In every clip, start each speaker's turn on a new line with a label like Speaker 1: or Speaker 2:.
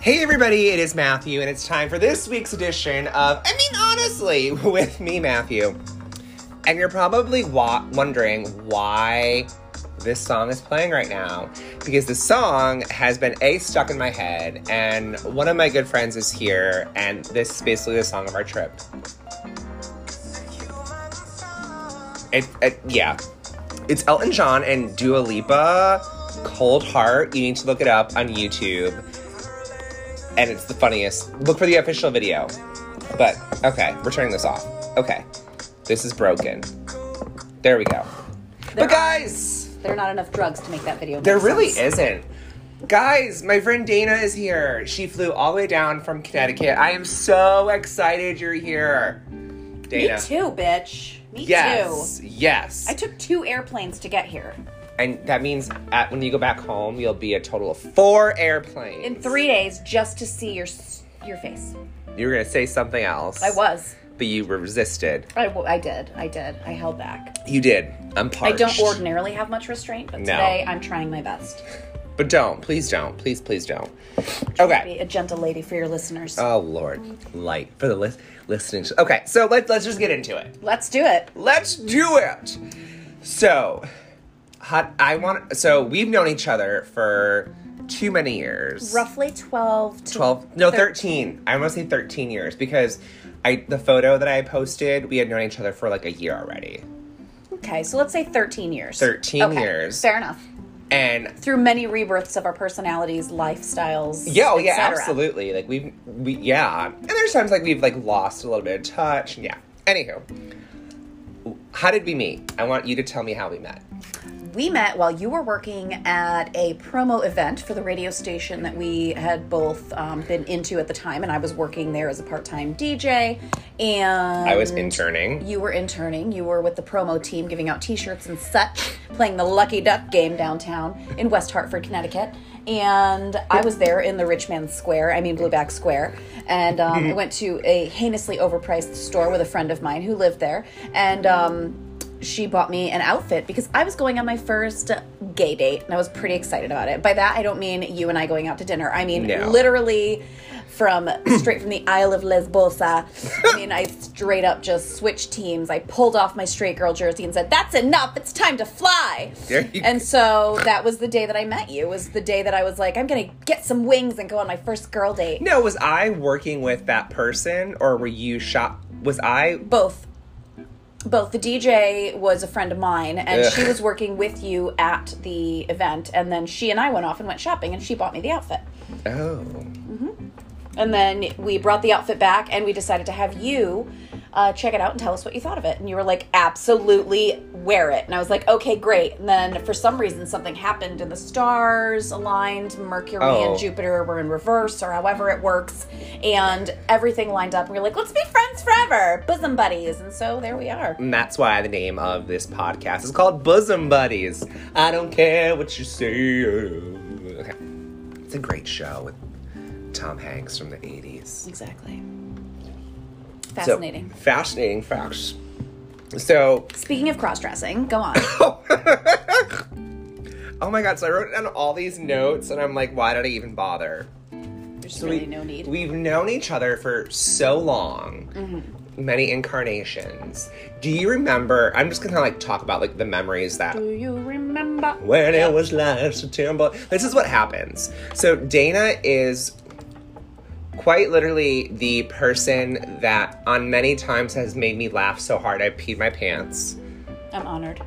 Speaker 1: Hey everybody, it is Matthew, and it's time for this week's edition of I mean honestly with me, Matthew. And you're probably wa- wondering why this song is playing right now because the song has been a stuck in my head, and one of my good friends is here, and this is basically the song of our trip. It, it yeah, it's Elton John and Dua Lipa, Cold Heart. You need to look it up on YouTube. And it's the funniest. Look for the official video. But, okay, we're turning this off. Okay, this is broken. There we go.
Speaker 2: There
Speaker 1: but, guys,
Speaker 2: There are not enough drugs to make that video.
Speaker 1: there
Speaker 2: make
Speaker 1: really
Speaker 2: sense.
Speaker 1: isn't. Guys, my friend Dana is here. She flew all the way down from Connecticut. I am so excited you're here. Dana.
Speaker 2: Me too, bitch. Me
Speaker 1: Yes.
Speaker 2: too.
Speaker 1: Yes.
Speaker 2: I took two airplanes to get here
Speaker 1: And that means at, when you go back home, you'll be a total of four airplanes.
Speaker 2: in three days just to see your s- your face.
Speaker 1: You were gonna say something else.
Speaker 2: I was.
Speaker 1: But you resisted.
Speaker 2: I, w- I did. I did. I held back.
Speaker 1: You did. I'm
Speaker 2: I
Speaker 1: parched.
Speaker 2: don't ordinarily have much restraint, but
Speaker 1: No.
Speaker 2: today I'm trying my best.
Speaker 1: But don't. Please don't. Please, please don't.
Speaker 2: Be
Speaker 1: Okay.
Speaker 2: a gentle lady for your listeners.
Speaker 1: Oh Lord, light for the lis- listening. Okay, so let's let's just get into it.
Speaker 2: Let's do it.
Speaker 1: Let's do it. So, hot. I want. So we've known each other for too many years.
Speaker 2: Roughly 12 to
Speaker 1: 12 no
Speaker 2: thir-
Speaker 1: 13 i want to say 13 years because i the photo that i posted we had known each other for like a year already
Speaker 2: Okay, so let's say 13 years.
Speaker 1: 13
Speaker 2: Okay,
Speaker 1: years.
Speaker 2: Fair enough.
Speaker 1: and
Speaker 2: Through many rebirths of our personalities, lifestyles.
Speaker 1: yeah oh, yeah
Speaker 2: et cetera.
Speaker 1: absolutely like we've we yeah and there's times like we've like lost a little bit of touch yeah anywho how did we meet i want you to tell me how we met
Speaker 2: We met while you were working at a promo event for the radio station that we had both um, been into at the time, and I was working there as a part-time DJ. And
Speaker 1: i was interning
Speaker 2: You were interning. You were with the promo team, giving out T-shirts and such, playing the Lucky Duck game downtown in West Hartford, Connecticut. And I was there in the Richmond Square, I mean Blueback Square, and
Speaker 1: Mm-hmm.
Speaker 2: um, I went to a heinously overpriced store with a friend of mine who lived there, and. Um, she bought me an outfit because I was going on my first gay date and I was pretty excited about it. By that, I don't mean you and I going out to dinner. I mean
Speaker 1: No.
Speaker 2: literally from straight from the Isle of Lesbosa. I mean, I straight up just switched teams. I pulled off my straight girl jersey and said, "That's enough. It's time to fly."
Speaker 1: There you
Speaker 2: and so that was the day that I met you. Was the day that I was like, "I'm gonna get some wings and go on my first girl date."
Speaker 1: no was i working with that person or were you shop was i
Speaker 2: both both the DJ was a friend of mine and
Speaker 1: Ugh.
Speaker 2: she was working with you at the event and then she and I went off and went shopping and she bought me the outfit.
Speaker 1: oh
Speaker 2: And then we brought the outfit back and we decided to have you uh, check it out and tell us what you thought of it. And you were like, absolutely wear it. And I was like, okay, great. And then for some reason, something happened and the stars aligned. Mercury
Speaker 1: Oh.
Speaker 2: and Jupiter were in reverse or however it works. And everything lined up. We were like, let's be friends forever, bosom buddies. And so there we are.
Speaker 1: And that's why the name of this podcast is called Bosom Buddies. I don't care what you say. Okay. It's a great show with Tom Hanks from the 80s.
Speaker 2: Exactly.
Speaker 1: So-
Speaker 2: Fascinating.
Speaker 1: fascinating facts. So,
Speaker 2: Speaking of cross dressing, go on.
Speaker 1: oh my god, so I wrote down all these notes and I'm like, why did I even bother?
Speaker 2: There's
Speaker 1: So
Speaker 2: really
Speaker 1: we-
Speaker 2: no need.
Speaker 1: We've known each other for so long, many incarnations. Do you remember? I'm just gonna like talk about like the memories that
Speaker 2: Do you remember?
Speaker 1: when it was last September. This is what happens. So Dana is quite literally the person that on many times has made me laugh so hard I peed my pants.
Speaker 2: I'm honored.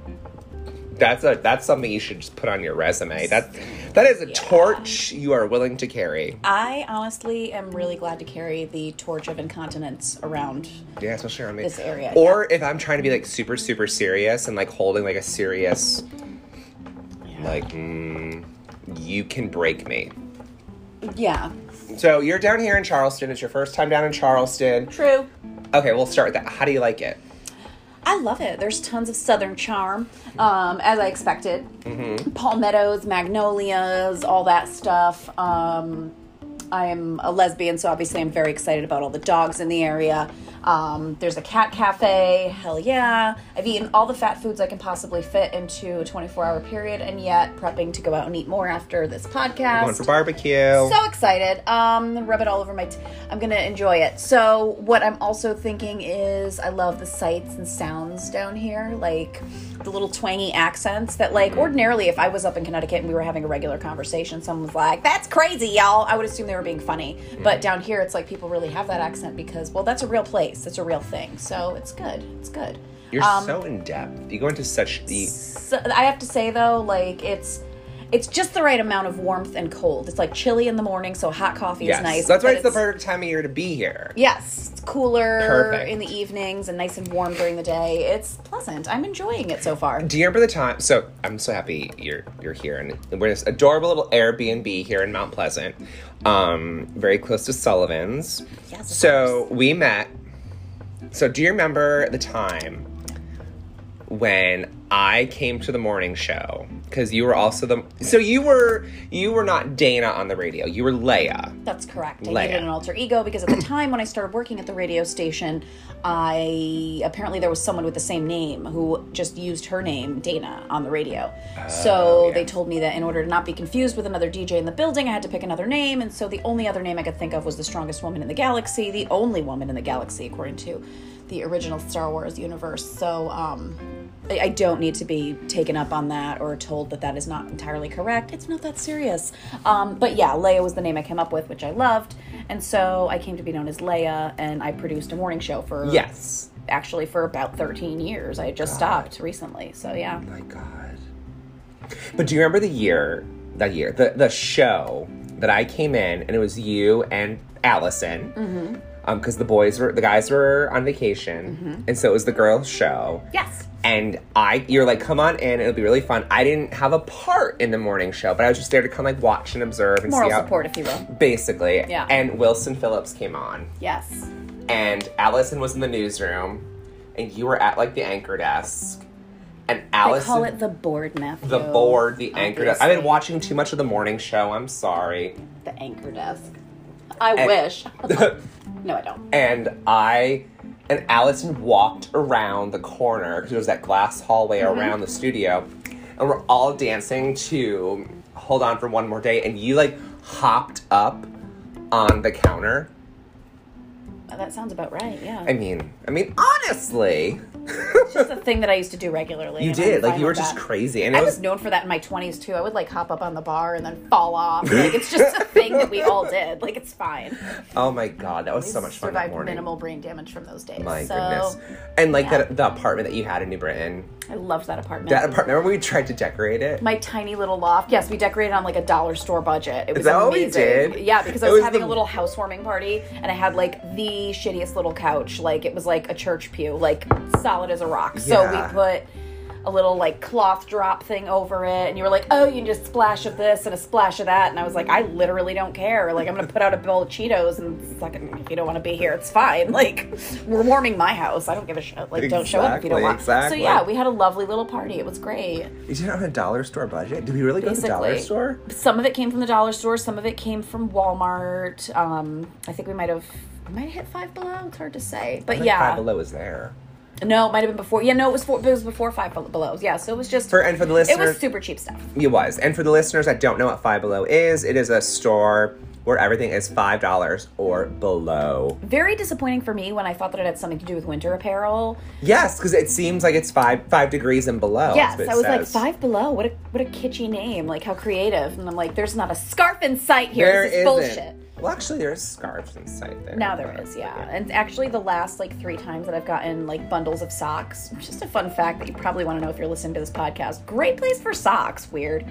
Speaker 1: That's a that's something you should just put on your resume. That that is a torch you are willing to carry.
Speaker 2: I honestly am really glad to carry the torch of incontinence around.
Speaker 1: Yeah, especially on me.
Speaker 2: This area,
Speaker 1: Or if I'm trying to be like super super serious and like holding like a serious like mm, you can break me.
Speaker 2: Yeah.
Speaker 1: So you're down here in Charleston. It's your first time down in Charleston.
Speaker 2: True.
Speaker 1: Okay, we'll start with that. How do you like it?
Speaker 2: I love it. There's tons of southern charm, um, as I expected. Palmettos, magnolias, all that stuff. Um, I'm a lesbian, so obviously I'm very excited about all the dogs in the area. Um, there's a cat cafe. Hell yeah. I've eaten all the fat foods I can possibly fit into a 24 hour period, and yet prepping to go out and eat more after this
Speaker 1: Going for
Speaker 2: podcast.
Speaker 1: barbecue.
Speaker 2: So excited. Um, rub it all over my. T- I'm gonna enjoy it. So what I'm also thinking is I love the sights and sounds down here, like the little twangy accents that, like, ordinarily if I was up in Connecticut and we were having a regular conversation, someone was like, "That's crazy, y'all." I would assume they were being funny,
Speaker 1: Mm.
Speaker 2: but down here it's like people really have that accent because, well, that's a real place. That's a real thing. So it's good. It's good.
Speaker 1: You're so
Speaker 2: um,
Speaker 1: in depth. You go into such deep.
Speaker 2: So, I have to say though, like it's it's just the right amount of warmth and cold. It's like chilly in the morning, so hot coffee
Speaker 1: Yes,
Speaker 2: is nice.
Speaker 1: that's why
Speaker 2: but
Speaker 1: it's the perfect time of year to be here.
Speaker 2: Yes, it's cooler
Speaker 1: Perfect.
Speaker 2: in the evenings and nice and warm during the day. It's pleasant. I'm enjoying it so far.
Speaker 1: Do you remember the time? So I'm so happy you're you're here, and we're this adorable little Airbnb here in Mount Pleasant, um, very close to Sullivan's.
Speaker 2: Yes, of
Speaker 1: So we met. So do you remember the time when I came to the morning show? Because you were also the. So you were you were not Dana on the radio. You were Leia.
Speaker 2: That's correct. I
Speaker 1: Leia.
Speaker 2: needed an alter ego because at the time when I started working at the radio station, I apparently there was someone with the same name who just used her name, Dana, on the radio. so
Speaker 1: Oh, yeah.
Speaker 2: they told me that in order to not be confused with another DJ in the building, I had to pick another name. And so the only other name I could think of was the strongest woman in the galaxy, the only woman in the galaxy, according to the original Star Wars universe. So, um, I I don't need to be taken up on that or told that that is not entirely correct. It's not that serious. Um, but yeah, Leia was the name I came up with, which I loved. And so I came to be known as Leia, and I produced a morning show for.
Speaker 1: Yes.
Speaker 2: Actually, for about 13 years. I had just stopped recently. So yeah.
Speaker 1: My God. But do you remember the year? That year, the the show that I came in, and it was you and Allison. Mm-hmm. Um, because the boys were the guys were on vacation,
Speaker 2: Mm-hmm.
Speaker 1: and so it was the girls' show.
Speaker 2: Yes.
Speaker 1: And I, you're like, come on in, it'll be really fun. I didn't have a part in the morning show, but I was just there to kind of like watch and observe and
Speaker 2: Moral
Speaker 1: see how.
Speaker 2: support, if you will.
Speaker 1: Basically,
Speaker 2: Yeah.
Speaker 1: And Wilson Phillips came on,
Speaker 2: Yes.
Speaker 1: and Allison was in the newsroom, and you were at like the anchor desk, and
Speaker 2: I
Speaker 1: Allison
Speaker 2: call it the board, Matthew.
Speaker 1: the board, the anchor desk. I've been
Speaker 2: obviously.
Speaker 1: watching too much of the morning show. I'm sorry.
Speaker 2: The anchor desk. I wish. no, I don't.
Speaker 1: and I and Allison walked around the corner because there was that glass hallway
Speaker 2: Mm-hmm.
Speaker 1: around the studio, and we're all dancing to "Hold On for One More Day," and you like hopped up on the counter.
Speaker 2: That sounds about right. Yeah.
Speaker 1: I mean, I mean, honestly,
Speaker 2: It's a thing that I used to do regularly.
Speaker 1: you
Speaker 2: and I'm
Speaker 1: did. Like
Speaker 2: fine
Speaker 1: you were
Speaker 2: with
Speaker 1: just
Speaker 2: that.
Speaker 1: crazy, and it
Speaker 2: I
Speaker 1: was
Speaker 2: was known for that in my 20s too. I would like hop up on the bar and then fall off. Like it's just a thing that we all did. Like it's fine.
Speaker 1: oh my god, that was so much fun. That
Speaker 2: Survived
Speaker 1: morning.
Speaker 2: minimal brain damage from those days.
Speaker 1: My
Speaker 2: so
Speaker 1: goodness, and like that the apartment that you had in New Britain.
Speaker 2: I loved that apartment.
Speaker 1: That apartment. Remember we tried to decorate it.
Speaker 2: my tiny little loft. Yes, we decorated on like a dollar store budget. It was
Speaker 1: that what we
Speaker 2: amazing.
Speaker 1: did?
Speaker 2: Yeah, because I
Speaker 1: It
Speaker 2: was,
Speaker 1: was
Speaker 2: having
Speaker 1: the-
Speaker 2: a little housewarming party and I had like the shittiest little couch. Like it was like a church pew, like solid as a rock.
Speaker 1: Yeah.
Speaker 2: So we put a little like cloth drop thing over it and you were like, "Oh, you can just splash of this and a splash of that." And I was like, "I literally don't care. Like I'm going to put out a bowl of Cheetos and fucking if you don't want to be here, it's fine. Like we're warming my house. I don't give a shit. Like don't show up if you don't
Speaker 1: Exactly,
Speaker 2: want."
Speaker 1: exactly.
Speaker 2: So yeah, we had a lovely little party. It was great.
Speaker 1: You did it on a dollar store budget? Did we really go to the dollar
Speaker 2: Basically.
Speaker 1: store?
Speaker 2: some of it came from the dollar store some of it came from walmart um i think we might have we might have hit five below it's hard to say but
Speaker 1: Like Five
Speaker 2: yeah
Speaker 1: Below was there.
Speaker 2: no it might have been before yeah no it was for, it was before five Bel- below yeah so it was just
Speaker 1: For and for the
Speaker 2: it
Speaker 1: listeners,
Speaker 2: was super cheap stuff
Speaker 1: it was. And for the listeners that don't know what Five Below is, it is a store where everything is five dollars or below.
Speaker 2: very disappointing for me when i thought that it had something to do with winter apparel
Speaker 1: Yes, because it seems like it's five five degrees and below.
Speaker 2: yes
Speaker 1: that's what it
Speaker 2: i was like
Speaker 1: says.
Speaker 2: five below what a what a kitschy name like how creative and i'm like there's not a scarf in sight here
Speaker 1: There
Speaker 2: this
Speaker 1: isn't.
Speaker 2: is bullshit
Speaker 1: Well, actually, there's scarves inside there.
Speaker 2: Now there is, yeah. And actually, the last like three times that I've gotten like bundles of socks, just a fun fact that you probably want to know if you're listening to this podcast. Great place for socks. Weird.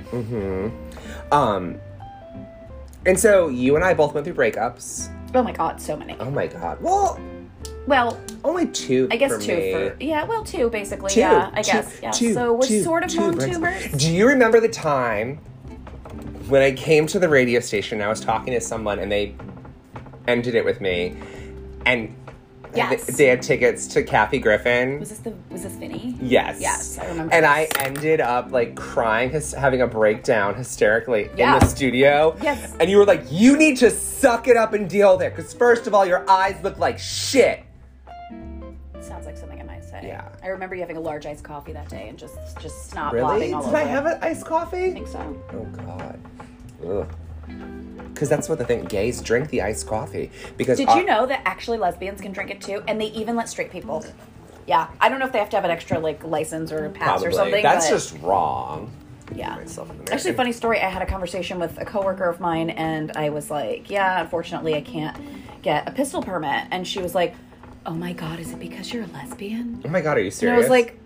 Speaker 1: Um, and so you and I both went through breakups.
Speaker 2: Oh my god, so many.
Speaker 1: Oh my god. Well,
Speaker 2: Well,
Speaker 1: only two.
Speaker 2: I guess
Speaker 1: for
Speaker 2: two
Speaker 1: me.
Speaker 2: for yeah. Well, two basically.
Speaker 1: Two,
Speaker 2: yeah, I
Speaker 1: two,
Speaker 2: guess. Yeah.
Speaker 1: two,
Speaker 2: so we're
Speaker 1: two,
Speaker 2: sort of
Speaker 1: two
Speaker 2: non
Speaker 1: breaks.
Speaker 2: tumors.
Speaker 1: Do you remember the time when I came to the radio station? I was talking to someone, and they ended it with me, and and
Speaker 2: Yes.
Speaker 1: they, they had tickets to Kathy Griffin.
Speaker 2: Was this the was this Vinny?
Speaker 1: Yes.
Speaker 2: Yes, I remember
Speaker 1: And
Speaker 2: this.
Speaker 1: I ended up like crying, hys- having a breakdown hysterically
Speaker 2: Yeah.
Speaker 1: in the studio.
Speaker 2: Yes.
Speaker 1: And you were like, you need to suck it up and deal with it. Because, first of all, your eyes look like shit.
Speaker 2: Sounds like something I might say.
Speaker 1: Yeah.
Speaker 2: I remember you having a large iced coffee that day and just just snot
Speaker 1: Really?
Speaker 2: blotting
Speaker 1: Did
Speaker 2: all
Speaker 1: I
Speaker 2: over.
Speaker 1: have an iced coffee?
Speaker 2: I think so.
Speaker 1: Oh, God. Ugh. Because that's what the thing gays drink the iced coffee. Because
Speaker 2: Did
Speaker 1: our-
Speaker 2: you know that actually lesbians can drink it too, and they even let straight people? Yeah, I don't know if they have to have an extra like license or pass
Speaker 1: Probably.
Speaker 2: or something.
Speaker 1: That's
Speaker 2: but-
Speaker 1: just wrong.
Speaker 2: yeah.
Speaker 1: myself an
Speaker 2: Actually,
Speaker 1: American.
Speaker 2: funny story. I had a conversation with a coworker of mine, and I was like, "Yeah, unfortunately, I can't get a pistol permit." And she was like, "Oh my god, is it because you're a lesbian?"
Speaker 1: Oh my God, are you
Speaker 2: And
Speaker 1: serious?
Speaker 2: I was like,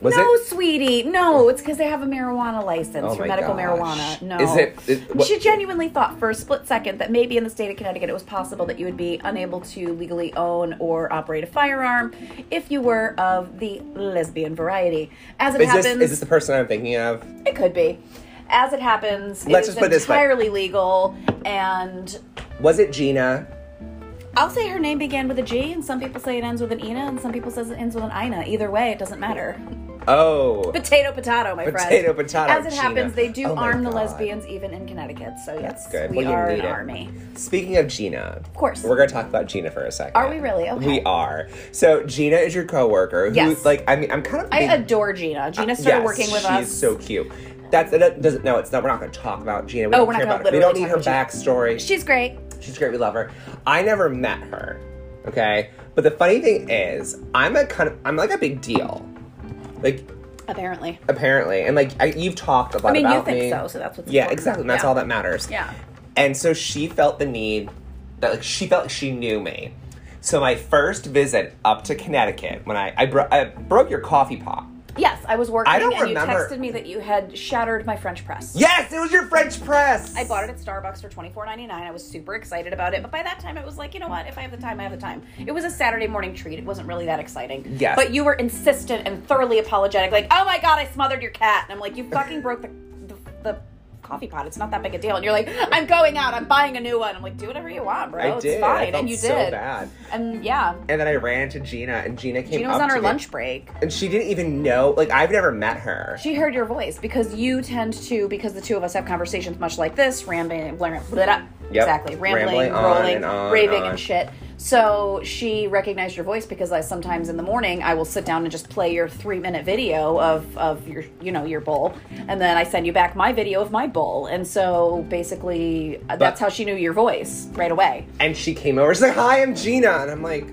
Speaker 1: was
Speaker 2: "No,
Speaker 1: it?
Speaker 2: sweetie, no. It's because they have a marijuana license
Speaker 1: Oh
Speaker 2: for
Speaker 1: my
Speaker 2: medical
Speaker 1: gosh.
Speaker 2: marijuana. No,
Speaker 1: Is it- is-
Speaker 2: And
Speaker 1: what-
Speaker 2: she genuinely thought for a split second that maybe in the state of Connecticut it was possible that you would be unable to legally own or operate a firearm if you were of the lesbian variety. As it
Speaker 1: Is
Speaker 2: happens,
Speaker 1: this, is this the person I'm thinking of?
Speaker 2: it could be. As it happens,
Speaker 1: Let's
Speaker 2: it is
Speaker 1: just put it this way.
Speaker 2: entirely legal, and
Speaker 1: Was it Gina?
Speaker 2: I'll say her name began with a G, and some people say it ends with an Ina, and some people says it ends with an Ina. Either way, it doesn't matter.
Speaker 1: Oh.
Speaker 2: Potato, potato, my friend.
Speaker 1: Potato, potato,
Speaker 2: As it
Speaker 1: Gina.
Speaker 2: happens, they do
Speaker 1: Oh my
Speaker 2: arm the
Speaker 1: God.
Speaker 2: lesbians even in Connecticut. So
Speaker 1: That's
Speaker 2: yes,
Speaker 1: good.
Speaker 2: we
Speaker 1: Well, you
Speaker 2: are
Speaker 1: need
Speaker 2: an
Speaker 1: it.
Speaker 2: army.
Speaker 1: Speaking of Gina, of
Speaker 2: course.
Speaker 1: we're gonna talk about Gina for a second.
Speaker 2: Are we really? Okay.
Speaker 1: We are. So Gina is your coworker. Who,
Speaker 2: Yes.
Speaker 1: Like I mean, I'm kind of.
Speaker 2: I
Speaker 1: big-
Speaker 2: adore Gina. Gina started
Speaker 1: Uh, Yes,
Speaker 2: working with
Speaker 1: she's
Speaker 2: us.
Speaker 1: so cute. That's it. Doesn't. No, it's not. We're not gonna talk about Gina. We
Speaker 2: Oh,
Speaker 1: don't
Speaker 2: we're not
Speaker 1: care
Speaker 2: gonna
Speaker 1: about her. We don't need her
Speaker 2: literally talk
Speaker 1: backstory.
Speaker 2: She's great.
Speaker 1: She's great. We love her. I never met her. Okay. But the funny thing is, I'm a kind of. I'm like a big deal. Like
Speaker 2: Apparently,
Speaker 1: apparently, and like I, you've talked a lot
Speaker 2: I mean, you
Speaker 1: about
Speaker 2: think
Speaker 1: me.
Speaker 2: so, so that's what's
Speaker 1: yeah,
Speaker 2: important.
Speaker 1: exactly. and That's
Speaker 2: Yeah.
Speaker 1: all that matters.
Speaker 2: yeah.
Speaker 1: And so she felt the need that like she felt like she knew me. So my first visit up to Connecticut when I I, bro- I broke your coffee pot.
Speaker 2: Yes, I was working,
Speaker 1: I don't
Speaker 2: and you
Speaker 1: remember-
Speaker 2: texted me that you had shattered my French press.
Speaker 1: Yes, it was your French press.
Speaker 2: I bought it at Starbucks for twenty four ninety nine. I was super excited about it, but by that time, it was like, you know what? If I have the time, I have the time. It was a Saturday morning treat. It wasn't really that exciting.
Speaker 1: Yes.
Speaker 2: But you were insistent and thoroughly apologetic, like, "Oh my god, I smothered your cat," and I'm like, "You fucking broke the the, the coffee pot. It's not that big a deal." And you're like, "I'm going out. I'm buying a new one." I'm like, "Do whatever you want, bro.
Speaker 1: I
Speaker 2: Oh, it's
Speaker 1: did. I
Speaker 2: fine."
Speaker 1: felt
Speaker 2: and you
Speaker 1: so
Speaker 2: did.
Speaker 1: bad.
Speaker 2: And yeah,
Speaker 1: And then I ran into Gina, and Gina came.
Speaker 2: Gina was
Speaker 1: up
Speaker 2: on
Speaker 1: to
Speaker 2: her
Speaker 1: me,
Speaker 2: lunch break.
Speaker 1: and she didn't even know. Like I've never met her.
Speaker 2: She heard your voice because you tend to because the two of us have conversations much like this, rambling, blah, blah, blah, exactly, rambling,
Speaker 1: Rambling on
Speaker 2: rolling,
Speaker 1: and on,
Speaker 2: raving,
Speaker 1: on.
Speaker 2: and shit. So she recognized your voice because I sometimes in the morning I will sit down and just play your three minute video of of your you know your bowl, and then I send you back my video of my bowl, and so basically uh, that's how she knew your voice right away.
Speaker 1: and she came over. She's like, "Hi, I'm Gina," and I'm like,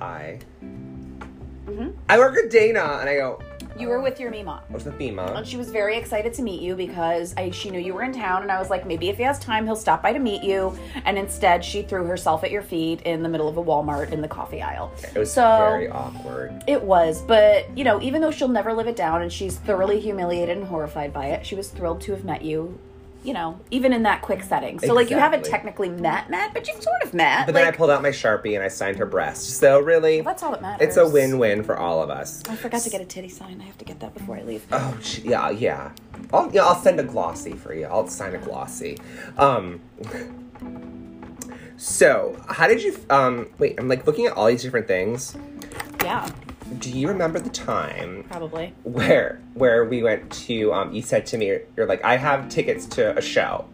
Speaker 1: "Hi."
Speaker 2: Mm-hmm.
Speaker 1: I work with Dana, and I go,
Speaker 2: You were with your Mima.
Speaker 1: "What's the theme?" Mom?"
Speaker 2: And Um, she was very excited to meet you because I, she knew you were in town, and I was like, maybe if he has time, he'll stop by to meet you. And instead, she threw herself at your feet in the middle of a Walmart in the coffee aisle.
Speaker 1: It was
Speaker 2: so
Speaker 1: very awkward.
Speaker 2: it was, but you know, even though she'll never live it down, and she's thoroughly humiliated and horrified by it, she was thrilled to have met you. You know, even in that quick setting. So like, you haven't
Speaker 1: Exactly.
Speaker 2: technically met Matt, but you've sort of met.
Speaker 1: But
Speaker 2: like,
Speaker 1: then I pulled out my sharpie and I signed her breast. So really,
Speaker 2: that's all that matters.
Speaker 1: it's a win-win for all of us.
Speaker 2: I forgot to get a titty sign. I have to get that before I leave.
Speaker 1: Oh sh- yeah, yeah. I'll yeah, I'll send a glossy for you. I'll sign a glossy. Um. So how did you? Um. Wait, I'm like looking at all these different things.
Speaker 2: yeah,
Speaker 1: Do you remember the time
Speaker 2: probably.
Speaker 1: where where we went to? Um. You said to me, you're like, I have tickets to a show.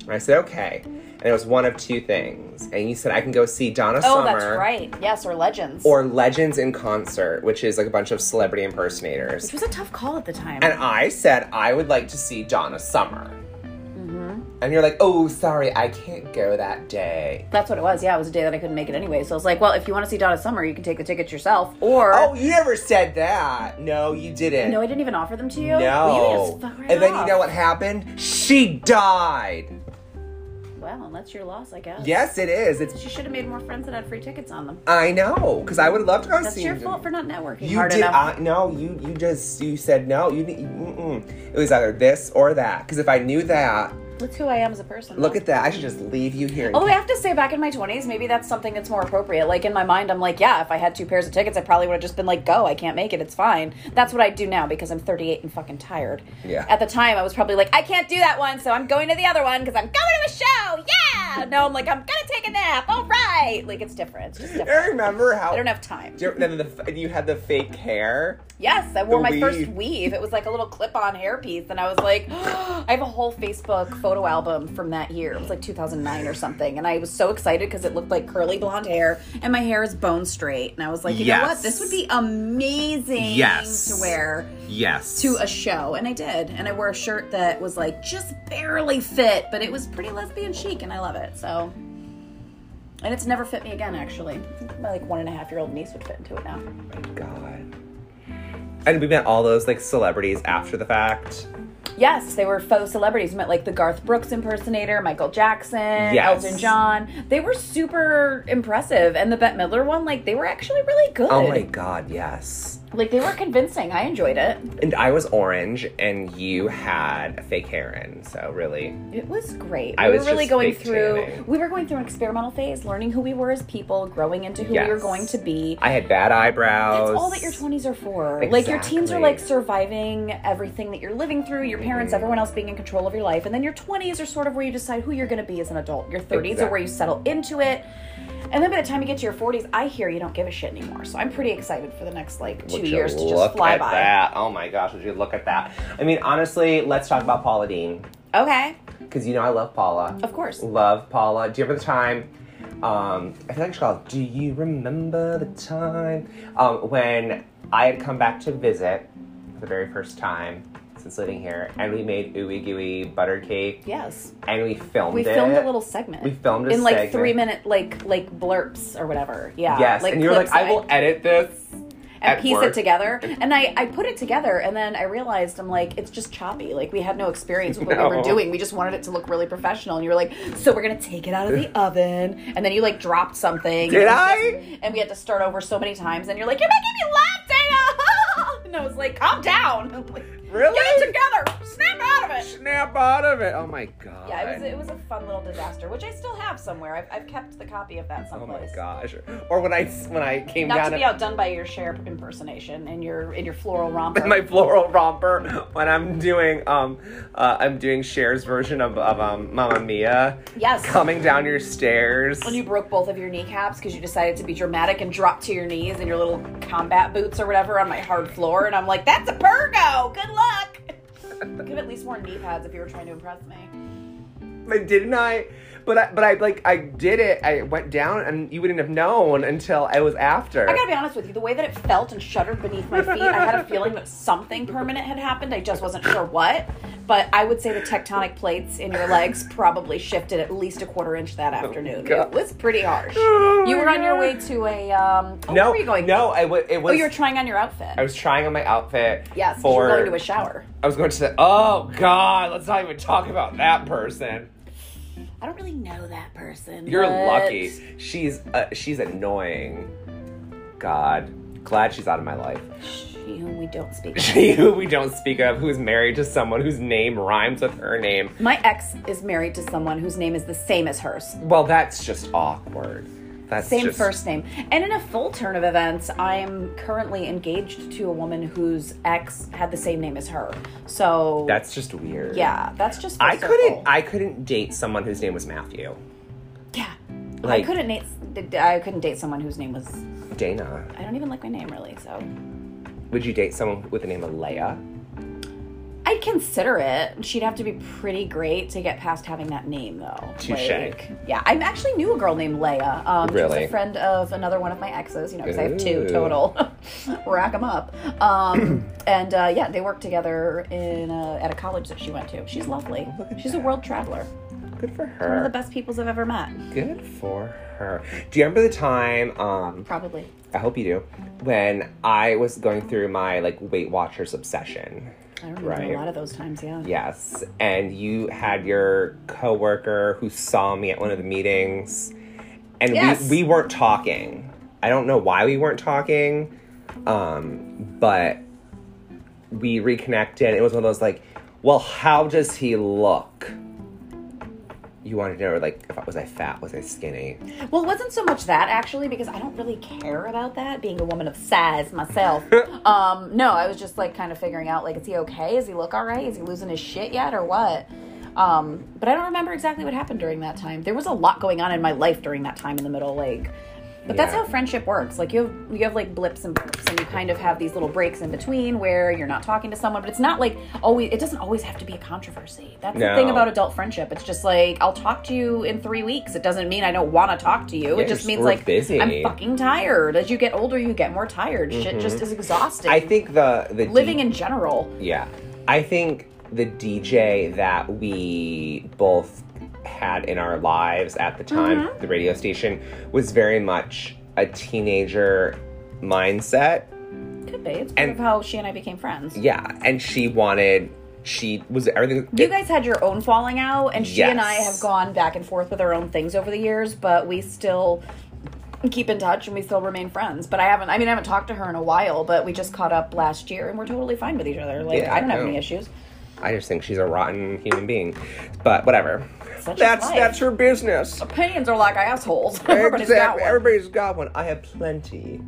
Speaker 1: And I said okay, and it was one of two things. And you said I can go see Donna
Speaker 2: Oh,
Speaker 1: Summer.
Speaker 2: that's right. Yes, or legends.
Speaker 1: or Legends in Concert, which is like a bunch of celebrity impersonators.
Speaker 2: It was a tough call at the time.
Speaker 1: And I said I would like to see Donna Summer.
Speaker 2: Mm-hmm.
Speaker 1: And you're like, oh, sorry, I can't go that day.
Speaker 2: That's what it was. Yeah, it was a day that I couldn't make it anyway. So I was like, well, if you want to see Donna Summer, you can take the tickets yourself. Or
Speaker 1: Oh, you never said that. No, you didn't.
Speaker 2: no, I didn't even offer them to you. Well, you
Speaker 1: No.
Speaker 2: just fuck right
Speaker 1: and then you
Speaker 2: off.
Speaker 1: know what happened? She died.
Speaker 2: Well, that's your loss, I guess.
Speaker 1: Yes, it is. It's
Speaker 2: She should have made more friends that had free tickets on them.
Speaker 1: I know because I would love to go
Speaker 2: That's
Speaker 1: see.
Speaker 2: your fault for not networking
Speaker 1: You
Speaker 2: hard
Speaker 1: did.
Speaker 2: enough.
Speaker 1: I, no, you you just you said no. You didn't. you- Mm-mm. It was either this or that. Because if I knew that,
Speaker 2: That's who I am as a person.
Speaker 1: Look at that. I should just leave you here.
Speaker 2: Although I have to say, back in my 20s, maybe that's something that's more appropriate. Like, in my mind, I'm like, yeah, if I had two pairs of tickets, I probably would have just been like, go, I can't make it, it's fine. That's what I do now because I'm 38 and fucking tired.
Speaker 1: Yeah.
Speaker 2: At the time, I was probably like, I can't do that one, so I'm going to the other one because I'm going to a show, yeah! No, I'm like, I'm gonna take a nap, all right! Like, it's different. It's just
Speaker 1: I
Speaker 2: different.
Speaker 1: remember how.
Speaker 2: I don't have time.
Speaker 1: Do you, then the, and you had the fake hair.
Speaker 2: Yes, I wore
Speaker 1: The
Speaker 2: my
Speaker 1: weave.
Speaker 2: first weave. It was like a little clip-on hairpiece, and I was like, I have a whole Facebook photo album from that year. It was like 2009 or something, and I was so excited because it looked like curly blonde hair, and my hair is bone straight, and I was like, you know
Speaker 1: Yes.
Speaker 2: what, this would be amazing
Speaker 1: Yes.
Speaker 2: to wear
Speaker 1: Yes.
Speaker 2: to a show, and I did, and I wore a shirt that was like just barely fit, but it was pretty lesbian chic, and I love it so. And it's never fit me again, actually. I think My like one and a half year old niece would fit into it now.
Speaker 1: Oh my God. And we met all those like celebrities after the fact.
Speaker 2: Yes, they were faux celebrities. We met like the Garth Brooks impersonator, Michael Jackson,
Speaker 1: Yes.
Speaker 2: Elton John. They were super impressive, and the Bette Midler one, like they were actually really good.
Speaker 1: Oh my God. Yes.
Speaker 2: Like they were convincing. I enjoyed it.
Speaker 1: And I was orange, and you had fake hair in. So really,
Speaker 2: It was great. We
Speaker 1: I was
Speaker 2: were really
Speaker 1: just
Speaker 2: going
Speaker 1: fake
Speaker 2: through.
Speaker 1: tanning.
Speaker 2: We were going through an experimental phase, learning who we were as people, growing into who we were
Speaker 1: Yes.
Speaker 2: going to be.
Speaker 1: I had bad eyebrows.
Speaker 2: That's all that your 20s are for. Like your teens
Speaker 1: Oh, Exactly.
Speaker 2: are
Speaker 1: Mm-hmm.
Speaker 2: like surviving everything that you're living through, your parents, everyone else being in control of your life. And then your 20s are sort of where you decide who you're going to be as an adult. Your 30s are where
Speaker 1: Exactly.
Speaker 2: you settle into it. And then by the time you get to your 40s, I hear you don't give a shit anymore. So I'm pretty excited for the next like 2
Speaker 1: Would you
Speaker 2: years to
Speaker 1: look
Speaker 2: just fly
Speaker 1: at
Speaker 2: by.
Speaker 1: That. Oh my gosh, would you look at that? I mean, honestly, let's talk about Paula Dean
Speaker 2: Okay.
Speaker 1: because you know I love Paula.
Speaker 2: Of course.
Speaker 1: Love Paula. Do you remember the time? Um, I feel like it's called Do You Remember the Time? Um, when I had come back to visit for the very first time since living here, and we made ooey gooey butter cake,
Speaker 2: Yes.
Speaker 1: and we filmed
Speaker 2: We
Speaker 1: it.
Speaker 2: filmed a little segment.
Speaker 1: We filmed a
Speaker 2: in like
Speaker 1: segment.
Speaker 2: 3 minute like like blurps or whatever. Yeah.
Speaker 1: Yes, and you were like,
Speaker 2: uh, clips that
Speaker 1: I will edit this.
Speaker 2: and
Speaker 1: at
Speaker 2: piece
Speaker 1: work.
Speaker 2: it together. And I, I put it together, and then I realized I'm like, it's just choppy. Like we had no experience with what we
Speaker 1: No.
Speaker 2: were doing. We just wanted it to look really professional. And you were like, so we're gonna take it out of the oven, and then you like dropped something.
Speaker 1: Did
Speaker 2: And-
Speaker 1: I?
Speaker 2: And we had to start over so many times. And you're like, you're making me laugh, Dana. and I was like, calm down. Like,
Speaker 1: Really?
Speaker 2: Get it together. Snap out of it.
Speaker 1: Snap out of it. Oh my god.
Speaker 2: Yeah, it was, it was a fun little disaster, which I still have somewhere. I've, I've kept the copy of that
Speaker 1: Oh
Speaker 2: someplace.
Speaker 1: my gosh! Or when I when I came
Speaker 2: Not
Speaker 1: down
Speaker 2: to be
Speaker 1: at-
Speaker 2: outdone by your Cher impersonation and your in your floral romper.
Speaker 1: my floral romper when I'm doing um uh, I'm doing Cher's version of, of um Mamma Mia.
Speaker 2: Yes.
Speaker 1: Coming down your stairs.
Speaker 2: When you broke both of your kneecaps because you decided to be dramatic and dropped to your knees in your little combat boots or whatever on my hard floor, and I'm like, that's a Pergo! Good luck! Could have at least worn knee pads if you were trying to impress me.
Speaker 1: But didn't I? But I but I like I did it. I went down and you wouldn't have known until I was after.
Speaker 2: I gotta be honest with you, the way that it felt and shuddered beneath my feet, I had a feeling that something permanent had happened. I just wasn't sure what. But I would say the tectonic plates in your legs probably shifted at least a quarter inch that afternoon.
Speaker 1: Oh, God.
Speaker 2: it was pretty harsh.
Speaker 1: Oh,
Speaker 2: you
Speaker 1: my
Speaker 2: were on your
Speaker 1: God.
Speaker 2: way to a um oh,
Speaker 1: no,
Speaker 2: where were you going?
Speaker 1: no, I w- it
Speaker 2: Oh,
Speaker 1: was.
Speaker 2: you were trying on your outfit.
Speaker 1: I was trying on my outfit.
Speaker 2: Yes, 'cause
Speaker 1: for
Speaker 2: you were going to a shower.
Speaker 1: I was going to the. Oh God, let's not even talk about that person.
Speaker 2: I don't really know that person.
Speaker 1: You're
Speaker 2: but-
Speaker 1: lucky. She's uh, she's annoying. God, glad she's out of my life.
Speaker 2: She whom we don't speak. of.
Speaker 1: She who we don't speak of, who's married to someone whose name rhymes with her name.
Speaker 2: My ex is married to someone whose name is the same as hers.
Speaker 1: Well, that's just awkward. That's
Speaker 2: Same
Speaker 1: just,
Speaker 2: first name. And in a full turn of events, I'm currently engaged to a woman whose ex had the same name as her. So
Speaker 1: That's just weird.
Speaker 2: yeah, that's just. full
Speaker 1: I couldn't.
Speaker 2: circle.
Speaker 1: I couldn't date someone whose name was Matthew.
Speaker 2: yeah,
Speaker 1: Like-
Speaker 2: I couldn't date. I couldn't date someone whose name was.
Speaker 1: Dana,
Speaker 2: I don't even like my name really. So
Speaker 1: would you date someone with the name of Leia?
Speaker 2: I'd consider it. She'd have to be pretty great to get past having that name, though.
Speaker 1: Touche.
Speaker 2: yeah, I actually knew a girl named Leia. Um, She was
Speaker 1: Really?
Speaker 2: a friend of another one of my exes, you know, because I have
Speaker 1: Ooh.
Speaker 2: two total. Rack them up. Um, and uh, yeah, they worked together in a, at a college that she went to. She's lovely.
Speaker 1: Oh,
Speaker 2: She's a world traveler.
Speaker 1: Good for
Speaker 2: One of the
Speaker 1: her.
Speaker 2: best peoples I've ever met.
Speaker 1: Good for her. Do you remember the time? Um,
Speaker 2: Probably.
Speaker 1: I hope you do. When I was going through my like Weight Watchers obsession.
Speaker 2: I remember
Speaker 1: Right.
Speaker 2: a lot of those times, yeah.
Speaker 1: Yes, and you had your coworker who saw me at one of the meetings, and
Speaker 2: Yes.
Speaker 1: we, we weren't talking. I don't know why we weren't talking, um, but we reconnected. It was one of those like, well, how does he look? you wanted to know, like, if I, was I fat? Was I skinny?
Speaker 2: Well, it wasn't so much that actually, because I don't really care about that. Being a woman of size myself, um, no, I was just like kind of figuring out like, is he okay? Is he look all right? Is he losing his shit yet, or what? Um, but I don't remember exactly what happened during that time. There was a lot going on in my life during that time in the middle, like. But that's
Speaker 1: Yeah.
Speaker 2: how friendship works. Like you have you have like blips and blips, and you kind of have these little breaks in between where you're not talking to someone. But it's not like always. It doesn't always have to be a controversy. That's the thing
Speaker 1: No.
Speaker 2: about adult friendship. It's just like I'll talk to you in three weeks. It doesn't mean I don't want to talk to you.
Speaker 1: Yeah,
Speaker 2: it just
Speaker 1: just-
Speaker 2: means
Speaker 1: we're
Speaker 2: like
Speaker 1: busy. Mm-hmm.
Speaker 2: I'm fucking tired. As you get older, you get more tired. Shit just is exhausting.
Speaker 1: I think the the
Speaker 2: living
Speaker 1: deep-
Speaker 2: in general.
Speaker 1: Yeah. I think the DJ that we both had in our lives at the time,
Speaker 2: Mm-hmm.
Speaker 1: the radio station, was very much a teenager mindset.
Speaker 2: Could be. It's part
Speaker 1: And-
Speaker 2: of how she and I became friends.
Speaker 1: Yeah. And she wanted, she was everything.
Speaker 2: You guys had your own falling out, and she and I
Speaker 1: Yes.
Speaker 2: have gone back and forth with our own things over the years, but we still keep in touch and we still remain friends. But I haven't, I mean, I haven't talked to her in a while, but we just caught up last year and we're totally fine with each other. Like,
Speaker 1: Yeah,
Speaker 2: I don't have
Speaker 1: no.
Speaker 2: any issues.
Speaker 1: I just think she's a rotten human being. But whatever.
Speaker 2: Such is
Speaker 1: that's
Speaker 2: life.
Speaker 1: that's her business.
Speaker 2: Opinions are like assholes. Everybody's got
Speaker 1: Exactly.
Speaker 2: one.
Speaker 1: Everybody's got one. I have plenty.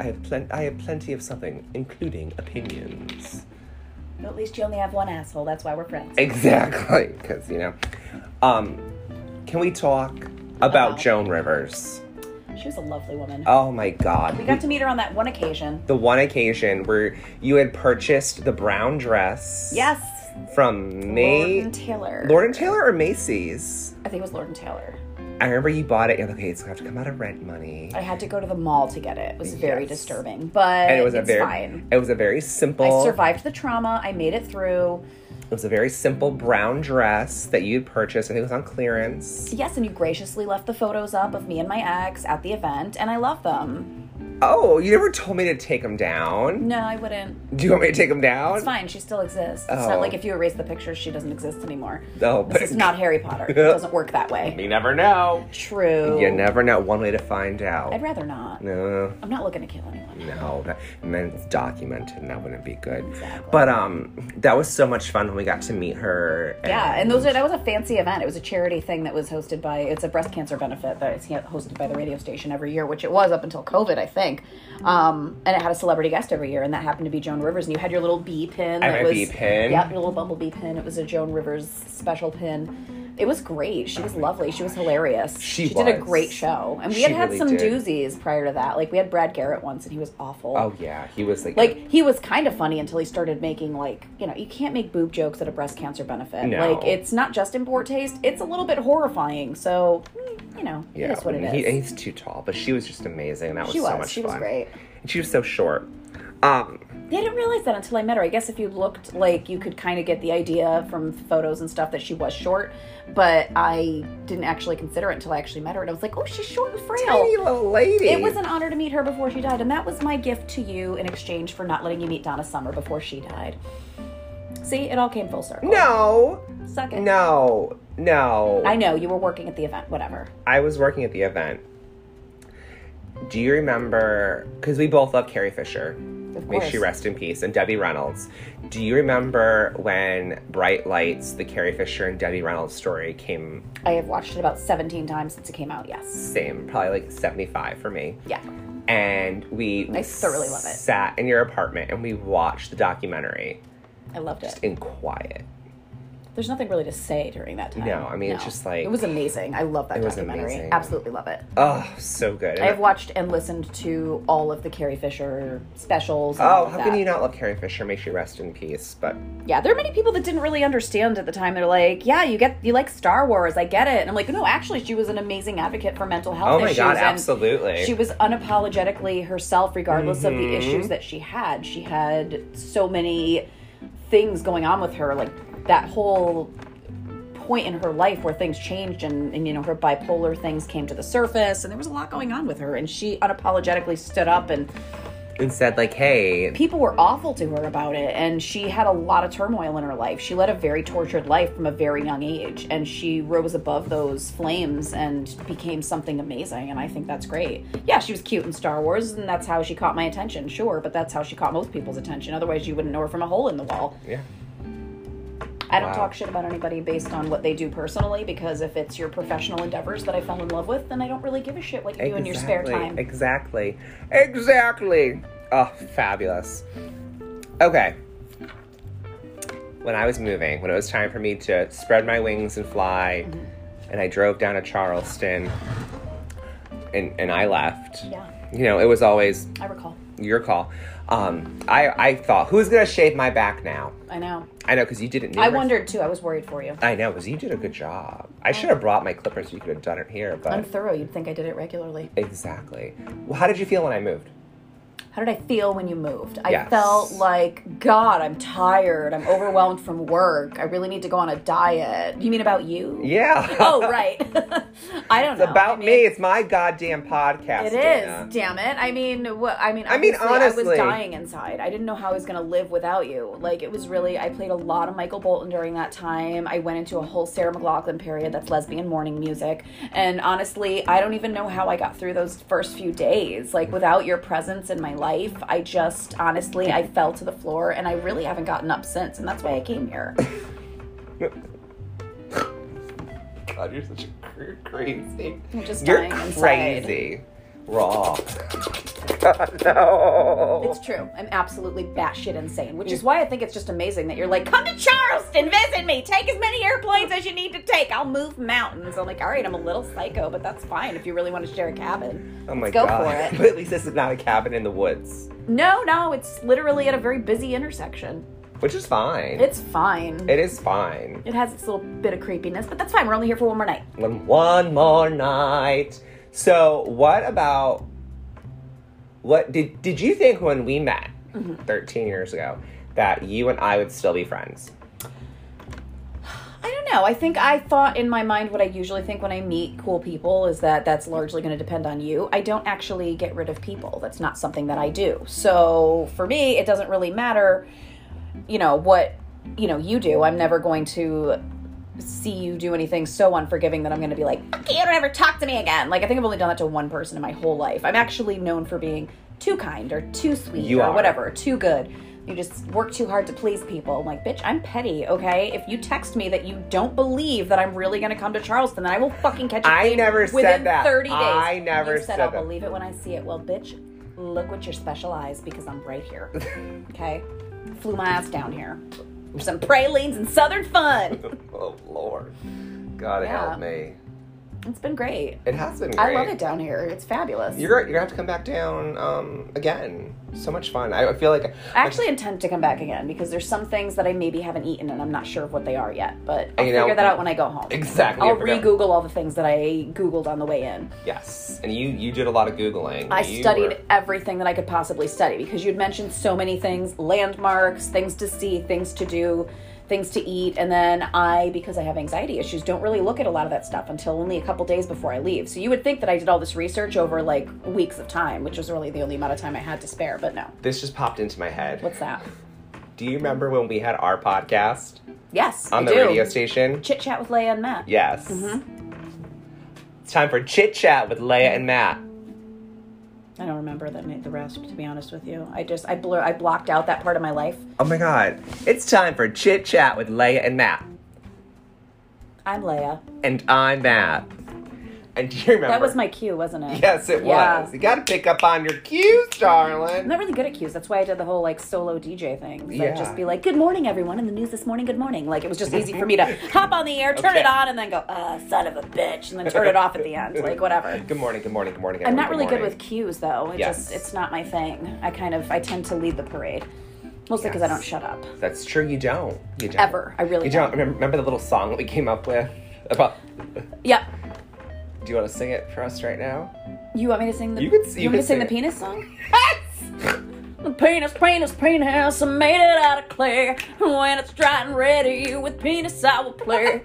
Speaker 1: I have plenty. I have plenty of something, including opinions.
Speaker 2: But At least you only have one asshole. That's why we're friends.
Speaker 1: Exactly, because you know. Um, can we talk about
Speaker 2: About-
Speaker 1: Joan Rivers?
Speaker 2: She was a lovely woman.
Speaker 1: Oh my God!
Speaker 2: we got to meet her on that one occasion.
Speaker 1: the one occasion where you had purchased the brown dress.
Speaker 2: Yes.
Speaker 1: From
Speaker 2: Lord
Speaker 1: May.
Speaker 2: and Taylor.
Speaker 1: Lord and Taylor or Macy's?
Speaker 2: I think it was Lord and Taylor.
Speaker 1: I remember you bought it. You're like, okay, it's gonna have to come out of rent money.
Speaker 2: I had to go to the mall to get it. It was very
Speaker 1: Yes.
Speaker 2: disturbing, but
Speaker 1: And it was a
Speaker 2: it's
Speaker 1: very,
Speaker 2: fine.
Speaker 1: it was a very simple.
Speaker 2: I survived the trauma. I made it through.
Speaker 1: It was a very simple brown dress that you had purchased. I think it was on clearance.
Speaker 2: Yes, and you graciously left the photos up of me and my ex at the event, and I love them.
Speaker 1: Oh, you never told me to take them down.
Speaker 2: No, I wouldn't.
Speaker 1: Do you want me to take them down?
Speaker 2: It's fine. She still exists. It's
Speaker 1: Oh.
Speaker 2: not like if you erase the pictures, she doesn't exist anymore.
Speaker 1: Oh, but-
Speaker 2: this is not Harry Potter. It doesn't work that way.
Speaker 1: You never know.
Speaker 2: True.
Speaker 1: You never know. One way to find out.
Speaker 2: I'd rather not.
Speaker 1: No,
Speaker 2: I'm not looking to kill anyone.
Speaker 1: no, that, and then it's documented, and that wouldn't be good.
Speaker 2: Exactly.
Speaker 1: But um, that was so much fun when we got to meet her. And
Speaker 2: Yeah, and those are, that was a fancy event. It was a charity thing that was hosted by it's a breast cancer benefit that is hosted by the radio station every year, which it was up until COVID, I think. Um, and it had a celebrity guest every year, and that happened to be Joan Rivers. And you had your little bee pin.
Speaker 1: I
Speaker 2: that
Speaker 1: had a
Speaker 2: was,
Speaker 1: bee pin.
Speaker 2: Yep, your little bumblebee pin. It was a Joan Rivers special pin. It was great. She was lovely. She was hilarious.
Speaker 1: She
Speaker 2: did a
Speaker 1: was.
Speaker 2: great show, and we
Speaker 1: She
Speaker 2: had had
Speaker 1: really
Speaker 2: some
Speaker 1: did.
Speaker 2: doozies prior to that. Like we had Brad Garrett once, and he was awful
Speaker 1: Oh yeah, he was like
Speaker 2: like he was kind of funny until he started making like you know you can't make boob jokes at a breast cancer benefit
Speaker 1: No.
Speaker 2: like it's not just in poor taste it's a little bit horrifying so mm, you know
Speaker 1: yeah,
Speaker 2: it is what it
Speaker 1: and
Speaker 2: is
Speaker 1: he- and he's too tall, but she was just amazing. and That was
Speaker 2: she was
Speaker 1: so much
Speaker 2: she
Speaker 1: fun.
Speaker 2: was great
Speaker 1: And she was so short. Um,
Speaker 2: they didn't realize that until i met her i guess if you looked like you could kind of get the idea from photos and stuff that she was short but i didn't actually consider it until i actually met her and i was like oh she's short and frail
Speaker 1: tiny little lady.
Speaker 2: It was an honor to meet her before she died, and that was my gift to you in exchange for not letting you meet Donna Summer before she died. See, it all came full circle.
Speaker 1: no,
Speaker 2: Suck it.
Speaker 1: no, no.
Speaker 2: I know, you were working at the event, whatever.
Speaker 1: I was working at the event. Do you remember? Because we both love Carrie Fisher.
Speaker 2: Of
Speaker 1: May she
Speaker 2: course.
Speaker 1: rest in peace. And Debbie Reynolds. Do you remember when Bright Lights, the Carrie Fisher and Debbie Reynolds story came
Speaker 2: I have watched it about 17 times since it came out, yes.
Speaker 1: same, probably like 75 for me?
Speaker 2: Yeah.
Speaker 1: And we
Speaker 2: I thoroughly love it.
Speaker 1: sat in your apartment and we watched the documentary
Speaker 2: I loved it.
Speaker 1: in quiet.
Speaker 2: There's nothing really to say during that time.
Speaker 1: No, I mean, it's just like-
Speaker 2: It was amazing. I love that
Speaker 1: It was
Speaker 2: documentary.
Speaker 1: amazing.
Speaker 2: Absolutely love it.
Speaker 1: Oh, so good.
Speaker 2: I have watched and listened to all of the Carrie Fisher specials. and all
Speaker 1: oh,
Speaker 2: of
Speaker 1: how
Speaker 2: that.
Speaker 1: can you not love Carrie Fisher? May she rest in peace. But
Speaker 2: Yeah, there are many people that didn't really understand at the time. They're like, "Yeah, you get you like Star Wars, I get it." And I'm like, "No, actually, she was an amazing advocate for mental health
Speaker 1: oh my
Speaker 2: issues."
Speaker 1: God,
Speaker 2: and
Speaker 1: absolutely. Mm-hmm.
Speaker 2: She was unapologetically herself, regardless of the issues that she had. She had so many things going on with her, like that whole point in her life where things changed and, and you know her bipolar things came to the surface and there was a lot going on with her and she unapologetically stood up and
Speaker 1: and said, like, hey,
Speaker 2: people were awful to her about it and she had a lot of turmoil in her life she led a very tortured life from a very young age and she rose above those flames and became something amazing and i think that's great yeah she was cute in star wars and that's how she caught my attention sure but that's how she caught most people's attention otherwise you wouldn't know her from a hole in the wall
Speaker 1: yeah.
Speaker 2: i I don't
Speaker 1: Wow.
Speaker 2: talk shit about anybody based on what they do personally because if it's your professional endeavors that I fell in love with, then I don't really give a shit what you do in your spare
Speaker 1: Exactly,
Speaker 2: time.
Speaker 1: Exactly. Exactly. Oh, fabulous. Okay. When I was moving, when it was time for me to spread my wings and fly,
Speaker 2: Mm-hmm.
Speaker 1: and I drove down to Charleston and, and I left.
Speaker 2: Yeah.
Speaker 1: You know, it was always
Speaker 2: I recall.
Speaker 1: your call. Um, I, I thought, who's going to shave my back now?
Speaker 2: I know.
Speaker 1: I know, because you didn't.
Speaker 2: I
Speaker 1: remember-
Speaker 2: wondered too. I was worried for you.
Speaker 1: I know, because you did a good job. I should have brought my clippers. You could have done it here, but
Speaker 2: I'm thorough. You'd think I did it regularly.
Speaker 1: exactly. Well, how did you feel when I moved?
Speaker 2: How did I feel when you moved? I
Speaker 1: Yes.
Speaker 2: felt like, God, I'm tired. I'm overwhelmed from work. I really need to go on a diet. You mean about you?
Speaker 1: Yeah.
Speaker 2: Oh, right. I don't know.
Speaker 1: About
Speaker 2: I mean,
Speaker 1: me, it's my goddamn podcast.
Speaker 2: It is.
Speaker 1: Dana.
Speaker 2: Damn it. I mean, what? I mean,
Speaker 1: I mean,
Speaker 2: obviously, I
Speaker 1: honestly.
Speaker 2: was dying inside. I didn't know how I was gonna live without you. Like, it was really. I played a lot of Michael Bolton during that time. I went into a whole Sarah McLaughlin period. That's lesbian morning music. And honestly, I don't even know how I got through those first few days. Like, without your presence in my life, I just honestly, I fell to the floor, and I really haven't gotten up since. And that's why I came here.
Speaker 1: God, you're such a cr- crazy.
Speaker 2: I'm just
Speaker 1: You're
Speaker 2: dying inside.
Speaker 1: crazy. Raw. God, no.
Speaker 2: It's true. I'm absolutely batshit insane, which is why I think it's just amazing that you're like, come to Charleston, visit me, take as many airplanes as you need to take. I'll move mountains. I'm like, all right, I'm a little psycho, but that's fine if you really want to share a cabin.
Speaker 1: oh my
Speaker 2: Let's go
Speaker 1: god.
Speaker 2: for
Speaker 1: But at least this is not a cabin in the woods,
Speaker 2: No, no, it's literally at a very busy intersection.
Speaker 1: which is fine.
Speaker 2: It's fine.
Speaker 1: it is fine.
Speaker 2: It has its little bit of creepiness, but that's fine. We're only here for one more night.
Speaker 1: One, one more night. So, what about what did did you think when we met
Speaker 2: Mm-hmm.
Speaker 1: 13 years ago that you and I would still be friends?
Speaker 2: I don't know. I think I thought in my mind what I usually think when I meet cool people is that that's largely going to depend on you. I don't actually get rid of people. That's not something that I do. So for me, it doesn't really matter, you know, what, you know, you do. I'm never going to see you do anything so unforgiving that I'm going to be like, okay, you don't ever talk to me again. Like, I think I've only done that to one person in my whole life. I'm actually known for being too kind or too sweet
Speaker 1: You
Speaker 2: or
Speaker 1: are.
Speaker 2: whatever, too good. You just work too hard to please people. I'm like, bitch, I'm petty, okay? If you text me that you don't believe that I'm really going to come to Charleston, then I will fucking catch a
Speaker 1: I
Speaker 2: plane
Speaker 1: never said
Speaker 2: within
Speaker 1: that.
Speaker 2: 30 days.
Speaker 1: I never
Speaker 2: you said,
Speaker 1: said
Speaker 2: I'll
Speaker 1: that.
Speaker 2: believe it when I see it. Well, bitch, look with your special eyes because I'm right here, okay? Flew my ass down here. for Some pralines and southern fun.
Speaker 1: oh Lord, God
Speaker 2: Yeah.
Speaker 1: help me.
Speaker 2: It's been great.
Speaker 1: It has been.
Speaker 2: I
Speaker 1: Great.
Speaker 2: love it down here. It's fabulous.
Speaker 1: You're you're gonna have to come back down um, again. So much fun. I I feel like
Speaker 2: I actually intend to come back again because there's some things that I maybe haven't eaten and I'm not sure of what they are yet. But I'll
Speaker 1: You know, e-
Speaker 2: figure that out when I go home.
Speaker 1: exactly.
Speaker 2: I'll
Speaker 1: I forgot.
Speaker 2: re-Google all the things that I googled on the way in.
Speaker 1: yes, and you you did a lot of googling.
Speaker 2: I
Speaker 1: You
Speaker 2: studied
Speaker 1: were-
Speaker 2: everything that I could possibly study because you'd mentioned so many things landmarks, things to see, things to do, things to eat. And then I, because I have anxiety issues, don't really look at a lot of that stuff until only a couple days before I leave. So you would think that I did all this research over like weeks of time, which was really the only amount of time I had to spare. But no.
Speaker 1: This just popped into my head.
Speaker 2: What's that?
Speaker 1: Do you remember when we had our podcast
Speaker 2: Yes.
Speaker 1: on
Speaker 2: I
Speaker 1: the
Speaker 2: do.
Speaker 1: radio station?
Speaker 2: Chit chat with Leia and Matt.
Speaker 1: Yes. Mm-hmm. It's time for chit chat with Leia and Matt.
Speaker 2: I don't remember that made the rest, to be honest with you. I just I blur I blocked out that part of my life.
Speaker 1: Oh my God! It's time for chit chat with Leia and Matt,
Speaker 2: I'm Leia.
Speaker 1: and I'm Matt. And do you remember?
Speaker 2: That was my cue, wasn't it?
Speaker 1: Yes, it
Speaker 2: Yeah.
Speaker 1: was. You got to pick up on your cues, darling.
Speaker 2: I'm not really good at cues. That's why I did the whole like solo DJ thing. 'cause
Speaker 1: Yeah.
Speaker 2: I'd just be like, "Good morning, everyone," and the news this morning. Good morning. Like it was just easy for me to hop on the air, turn
Speaker 1: Okay.
Speaker 2: it on, and then go, "Uh, son of a bitch," and then turn it off at the end. Like whatever.
Speaker 1: Good morning, good morning, good morning.
Speaker 2: I'm
Speaker 1: everyone,
Speaker 2: not really good
Speaker 1: morning.
Speaker 2: with cues though. It
Speaker 1: Yes.
Speaker 2: just it's not my thing. I kind of I tend to lead the parade, mostly because
Speaker 1: Yes.
Speaker 2: I don't shut up.
Speaker 1: That's true. You don't. You don't.
Speaker 2: Ever. I really
Speaker 1: You don't. Remember, remember the little song that we came up with about.
Speaker 2: Yep.
Speaker 1: Do you want to sing it for us right now?
Speaker 2: You want me to sing the
Speaker 1: You could- you
Speaker 2: want me
Speaker 1: could
Speaker 2: to sing
Speaker 1: sing
Speaker 2: the
Speaker 1: it.
Speaker 2: penis song? The penis, penis, penis, I made it out of clay. When it's dry and ready, with penis I will play.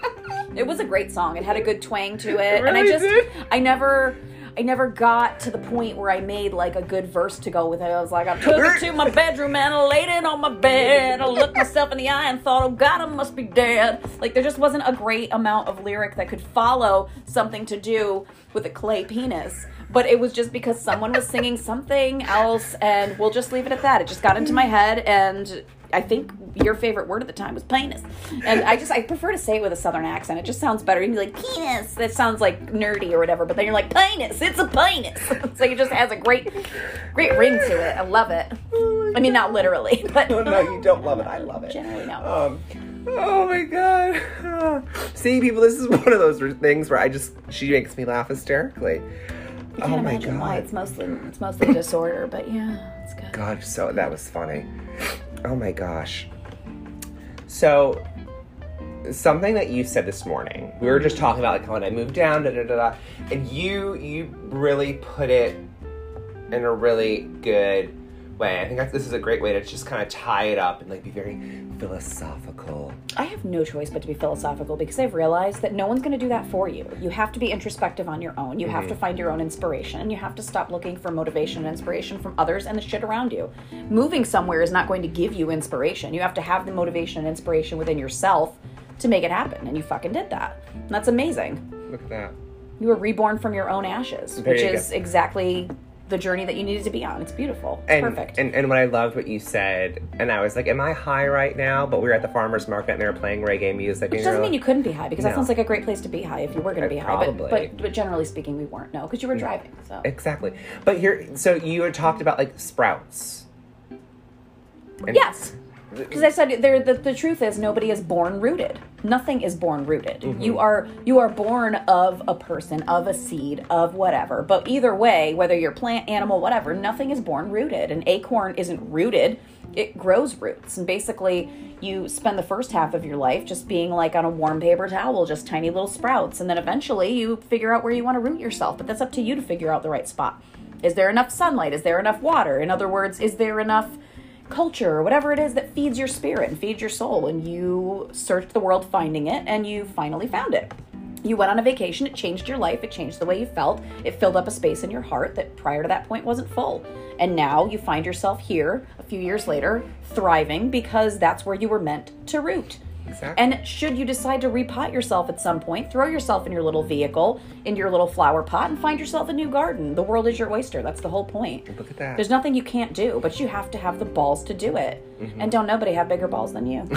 Speaker 2: it was a great song. It had a good twang to it, and I
Speaker 1: really
Speaker 2: just,
Speaker 1: did.
Speaker 2: I never. I never got to the point where I made like a good verse to go with it. I was like, I took it to my bedroom and I laid it on my bed. I looked myself in the eye and thought, oh God, I must be dead. Like, there just wasn't a great amount of lyric that could follow something to do with a clay penis. But it was just because someone was singing something else, and we'll just leave it at that. It just got into my head, and I think your favorite word at the time was penis, and I just I prefer to say it with a southern accent. It just sounds better. You can be like penis. That sounds like nerdy or whatever, but then you're like penis. It's a penis. so it just has a great, great ring to it. I love it. I mean, not literally, but
Speaker 1: Oh, no, you don't love it. I love it.
Speaker 2: Generally, no.
Speaker 1: Um, oh my god. See, people, this is one of those things where I just she makes me laugh hysterically.
Speaker 2: I
Speaker 1: Oh
Speaker 2: can't
Speaker 1: my
Speaker 2: imagine
Speaker 1: god.
Speaker 2: why. It's mostly it's mostly disorder, but yeah, it's good.
Speaker 1: God, so that was funny. Oh my gosh. So, something that you said this morning, we were just talking about like when I moved down, da da da da, and you you really put it in a really good way. I think that's, this is a great way to just kind of tie it up and like be very philosophical.
Speaker 2: I have no choice but to be philosophical because I've realized that no one's going to do that for you. You have to be introspective on your own. You have
Speaker 1: Mm-hmm.
Speaker 2: to find your own inspiration. You have to stop looking for motivation and inspiration from others and the shit around you. Moving somewhere is not going to give you inspiration. You have to have the motivation and inspiration within yourself to make it happen. And you fucking did that. And that's amazing.
Speaker 1: Look at that.
Speaker 2: You were reborn from your own ashes,
Speaker 1: There
Speaker 2: which
Speaker 1: you go.
Speaker 2: is exactly the journey that you needed to be on. It's beautiful.
Speaker 1: And,
Speaker 2: It's perfect.
Speaker 1: and and what I loved what you said, and I was like, "Am I high right now?" But we were at the farmers market and they were playing reggae music.
Speaker 2: Which
Speaker 1: and
Speaker 2: doesn't
Speaker 1: you're
Speaker 2: mean you
Speaker 1: like-
Speaker 2: couldn't be high, because that
Speaker 1: No.
Speaker 2: sounds like a great place to be high if you were going to be high. but-
Speaker 1: Probably.
Speaker 2: But, but generally speaking, we weren't. No, because you were driving. So
Speaker 1: Exactly. But here, so you had talked about like sprouts. And-
Speaker 2: yes, because I said there. The, the truth is, nobody is born rooted. Nothing is born rooted. You are you are born of a person, of a seed, of whatever. But either way, whether you're plant, animal, whatever, nothing is born rooted. An acorn isn't rooted. It grows roots, and basically, you spend the first half of your life just being like on a warm paper towel, just tiny little sprouts, and then eventually you figure out where you want to root yourself. But that's up to you to figure out the right spot. Is there enough sunlight? Is there enough water? In other words, is there enough culture or whatever it is that feeds your spirit and feeds your soul and you searched the world finding it and you finally found it you went on a vacation it changed your life it changed the way you felt it filled up a space in your heart that prior to that point wasn't full and now you find yourself here a few years later thriving because that's where you were meant to root
Speaker 1: Exactly.
Speaker 2: and should you decide to repot yourself at some point, throw yourself in your little vehicle, in your little flower pot, and find yourself a new garden. The world is your oyster. That's the whole point.
Speaker 1: Look at that.
Speaker 2: There's nothing you can't do, but you have to have the balls to do it.
Speaker 1: Mm-hmm.
Speaker 2: And don't nobody have bigger balls than you.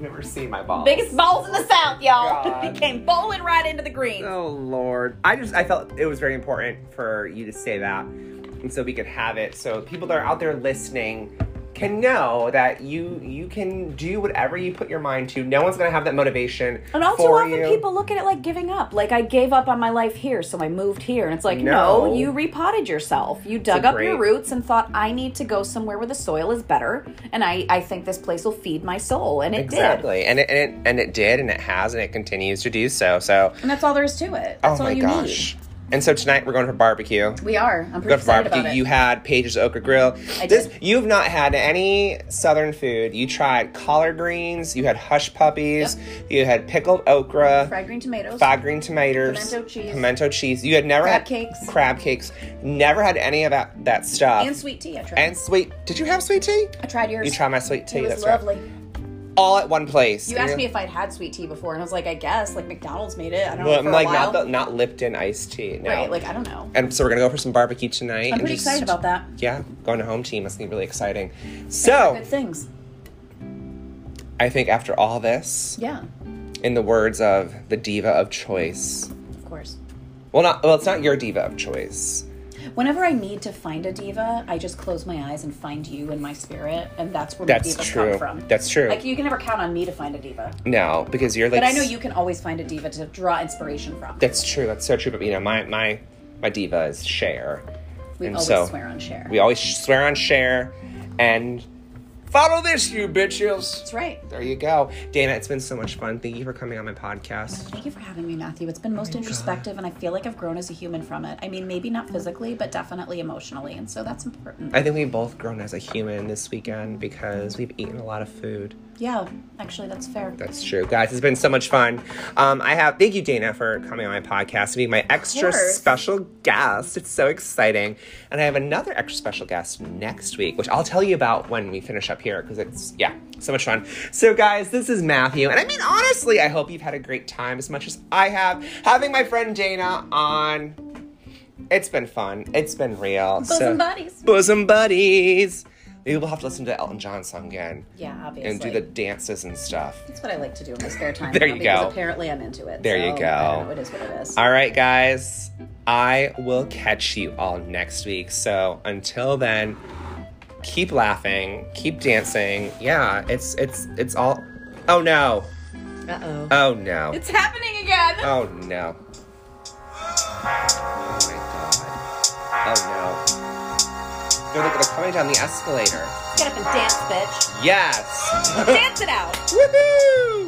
Speaker 1: never seen my balls.
Speaker 2: Biggest balls in the South, y'all.
Speaker 1: God.
Speaker 2: It came bowling right into the green.
Speaker 1: Oh Lord. I just I felt it was very important for you to say that, and so we could have it, so people that are out there listening can know that you you can do whatever you put your mind to. No one's gonna have that motivation
Speaker 2: And all too
Speaker 1: for
Speaker 2: often,
Speaker 1: you.
Speaker 2: people look at it like giving up. Like, I gave up on my life here, so I moved here. And it's like, no,
Speaker 1: No.
Speaker 2: you repotted yourself. You dug
Speaker 1: a
Speaker 2: up your
Speaker 1: great-
Speaker 2: roots and thought, I need to go somewhere where the soil is better. And I, I think this place will feed my soul. And it did.
Speaker 1: exactly, and it, and it and it did, and it has, and it continues to do so. So
Speaker 2: And that's all there is to it.
Speaker 1: oh
Speaker 2: That's all
Speaker 1: my
Speaker 2: you
Speaker 1: gosh. And so tonight we're going for barbecue.
Speaker 2: need. We are. I'm pretty
Speaker 1: Good for
Speaker 2: excited
Speaker 1: barbecue.
Speaker 2: about it.
Speaker 1: You had Page's Okra Grill.
Speaker 2: I
Speaker 1: this
Speaker 2: did.
Speaker 1: you've not had any southern food. You tried collard greens. You had hush puppies. You had pickled okra.
Speaker 2: Fried green tomatoes.
Speaker 1: Fried green tomatoes,
Speaker 2: Pimento cheese.
Speaker 1: pimento cheese. You had never
Speaker 2: Crab
Speaker 1: had
Speaker 2: cakes.
Speaker 1: crab cakes. Never had any of that, that stuff.
Speaker 2: and sweet tea. I tried.
Speaker 1: And sweet. Did you have sweet tea?
Speaker 2: I tried yours.
Speaker 1: You tried my sweet tea.
Speaker 2: It was
Speaker 1: that's
Speaker 2: lovely.
Speaker 1: right. All at one place.
Speaker 2: You
Speaker 1: And
Speaker 2: asked me
Speaker 1: you're-
Speaker 2: if I'd had sweet tea before, and I was like, I guess. Like McDonald's made it. I don't know
Speaker 1: Well,
Speaker 2: for
Speaker 1: like
Speaker 2: a while.
Speaker 1: not the, not Lipton iced tea. No.
Speaker 2: right? Like I don't know.
Speaker 1: and so we're gonna go for some barbecue tonight.
Speaker 2: I'm pretty excited about that.
Speaker 1: Yeah, going to home team. That's gonna be really exciting. So
Speaker 2: Good things.
Speaker 1: I think after all this,
Speaker 2: Yeah,
Speaker 1: in the words of the diva of choice,
Speaker 2: of course.
Speaker 1: well, not well, it's not your diva of choice.
Speaker 2: Whenever I need to find a diva, I just close my eyes and find you in my spirit, and that's where
Speaker 1: That's
Speaker 2: my divas
Speaker 1: true.
Speaker 2: come from.
Speaker 1: That's true.
Speaker 2: Like you can never count on me to find a diva,
Speaker 1: No, because you're like
Speaker 2: but I know you can always find a diva to draw inspiration from.
Speaker 1: That's true. That's so true. But you know, my my my diva is Cher.
Speaker 2: we
Speaker 1: and
Speaker 2: always
Speaker 1: so-
Speaker 2: swear on share.
Speaker 1: We always swear on Cher, and follow this, you bitches.
Speaker 2: that's right.
Speaker 1: There you go, Dana. It's been so much fun. Thank you for coming on my podcast.
Speaker 2: Thank you for having me, Matthew. It's been most introspective, and I feel like I've grown as a human from it. I mean, maybe not physically, but definitely emotionally, and so that's important.
Speaker 1: I think we've both grown as a human this weekend because we've eaten a lot of food.
Speaker 2: yeah, actually, that's fair.
Speaker 1: That's true, guys. It's been so much fun. Um, I have thank you, Dana, for coming on my podcast to be my extra
Speaker 2: course.
Speaker 1: special guest. It's so exciting, and I have another extra special guest next week, which I'll tell you about when we finish up here because it's yeah, so much fun. So, guys, this is Matthew, and I mean honestly, I hope you've had a great time as much as I have having my friend Dana on. It's been fun. It's been real.
Speaker 2: Bosom buddies.
Speaker 1: Bosom buddies. Maybe we'll have to listen to Elton John song again
Speaker 2: Yeah, obviously.
Speaker 1: and do the dances and stuff.
Speaker 2: That's what I like to do in my spare time.
Speaker 1: There
Speaker 2: now,
Speaker 1: you
Speaker 2: because
Speaker 1: go.
Speaker 2: Apparently, I'm into it.
Speaker 1: There you
Speaker 2: so,
Speaker 1: go.
Speaker 2: I don't know, it is what it is.
Speaker 1: All right, guys. I will catch you all next week. So until then, keep laughing, keep dancing. Yeah, it's it's it's all. Oh no!
Speaker 2: Uh oh.
Speaker 1: Oh no!
Speaker 2: It's happening again.
Speaker 1: oh no! Oh my god! Oh no! They're, they're coming down the escalator.
Speaker 2: Get up and dance, bitch.
Speaker 1: Yes!
Speaker 2: Dance it out.
Speaker 1: Woohoo!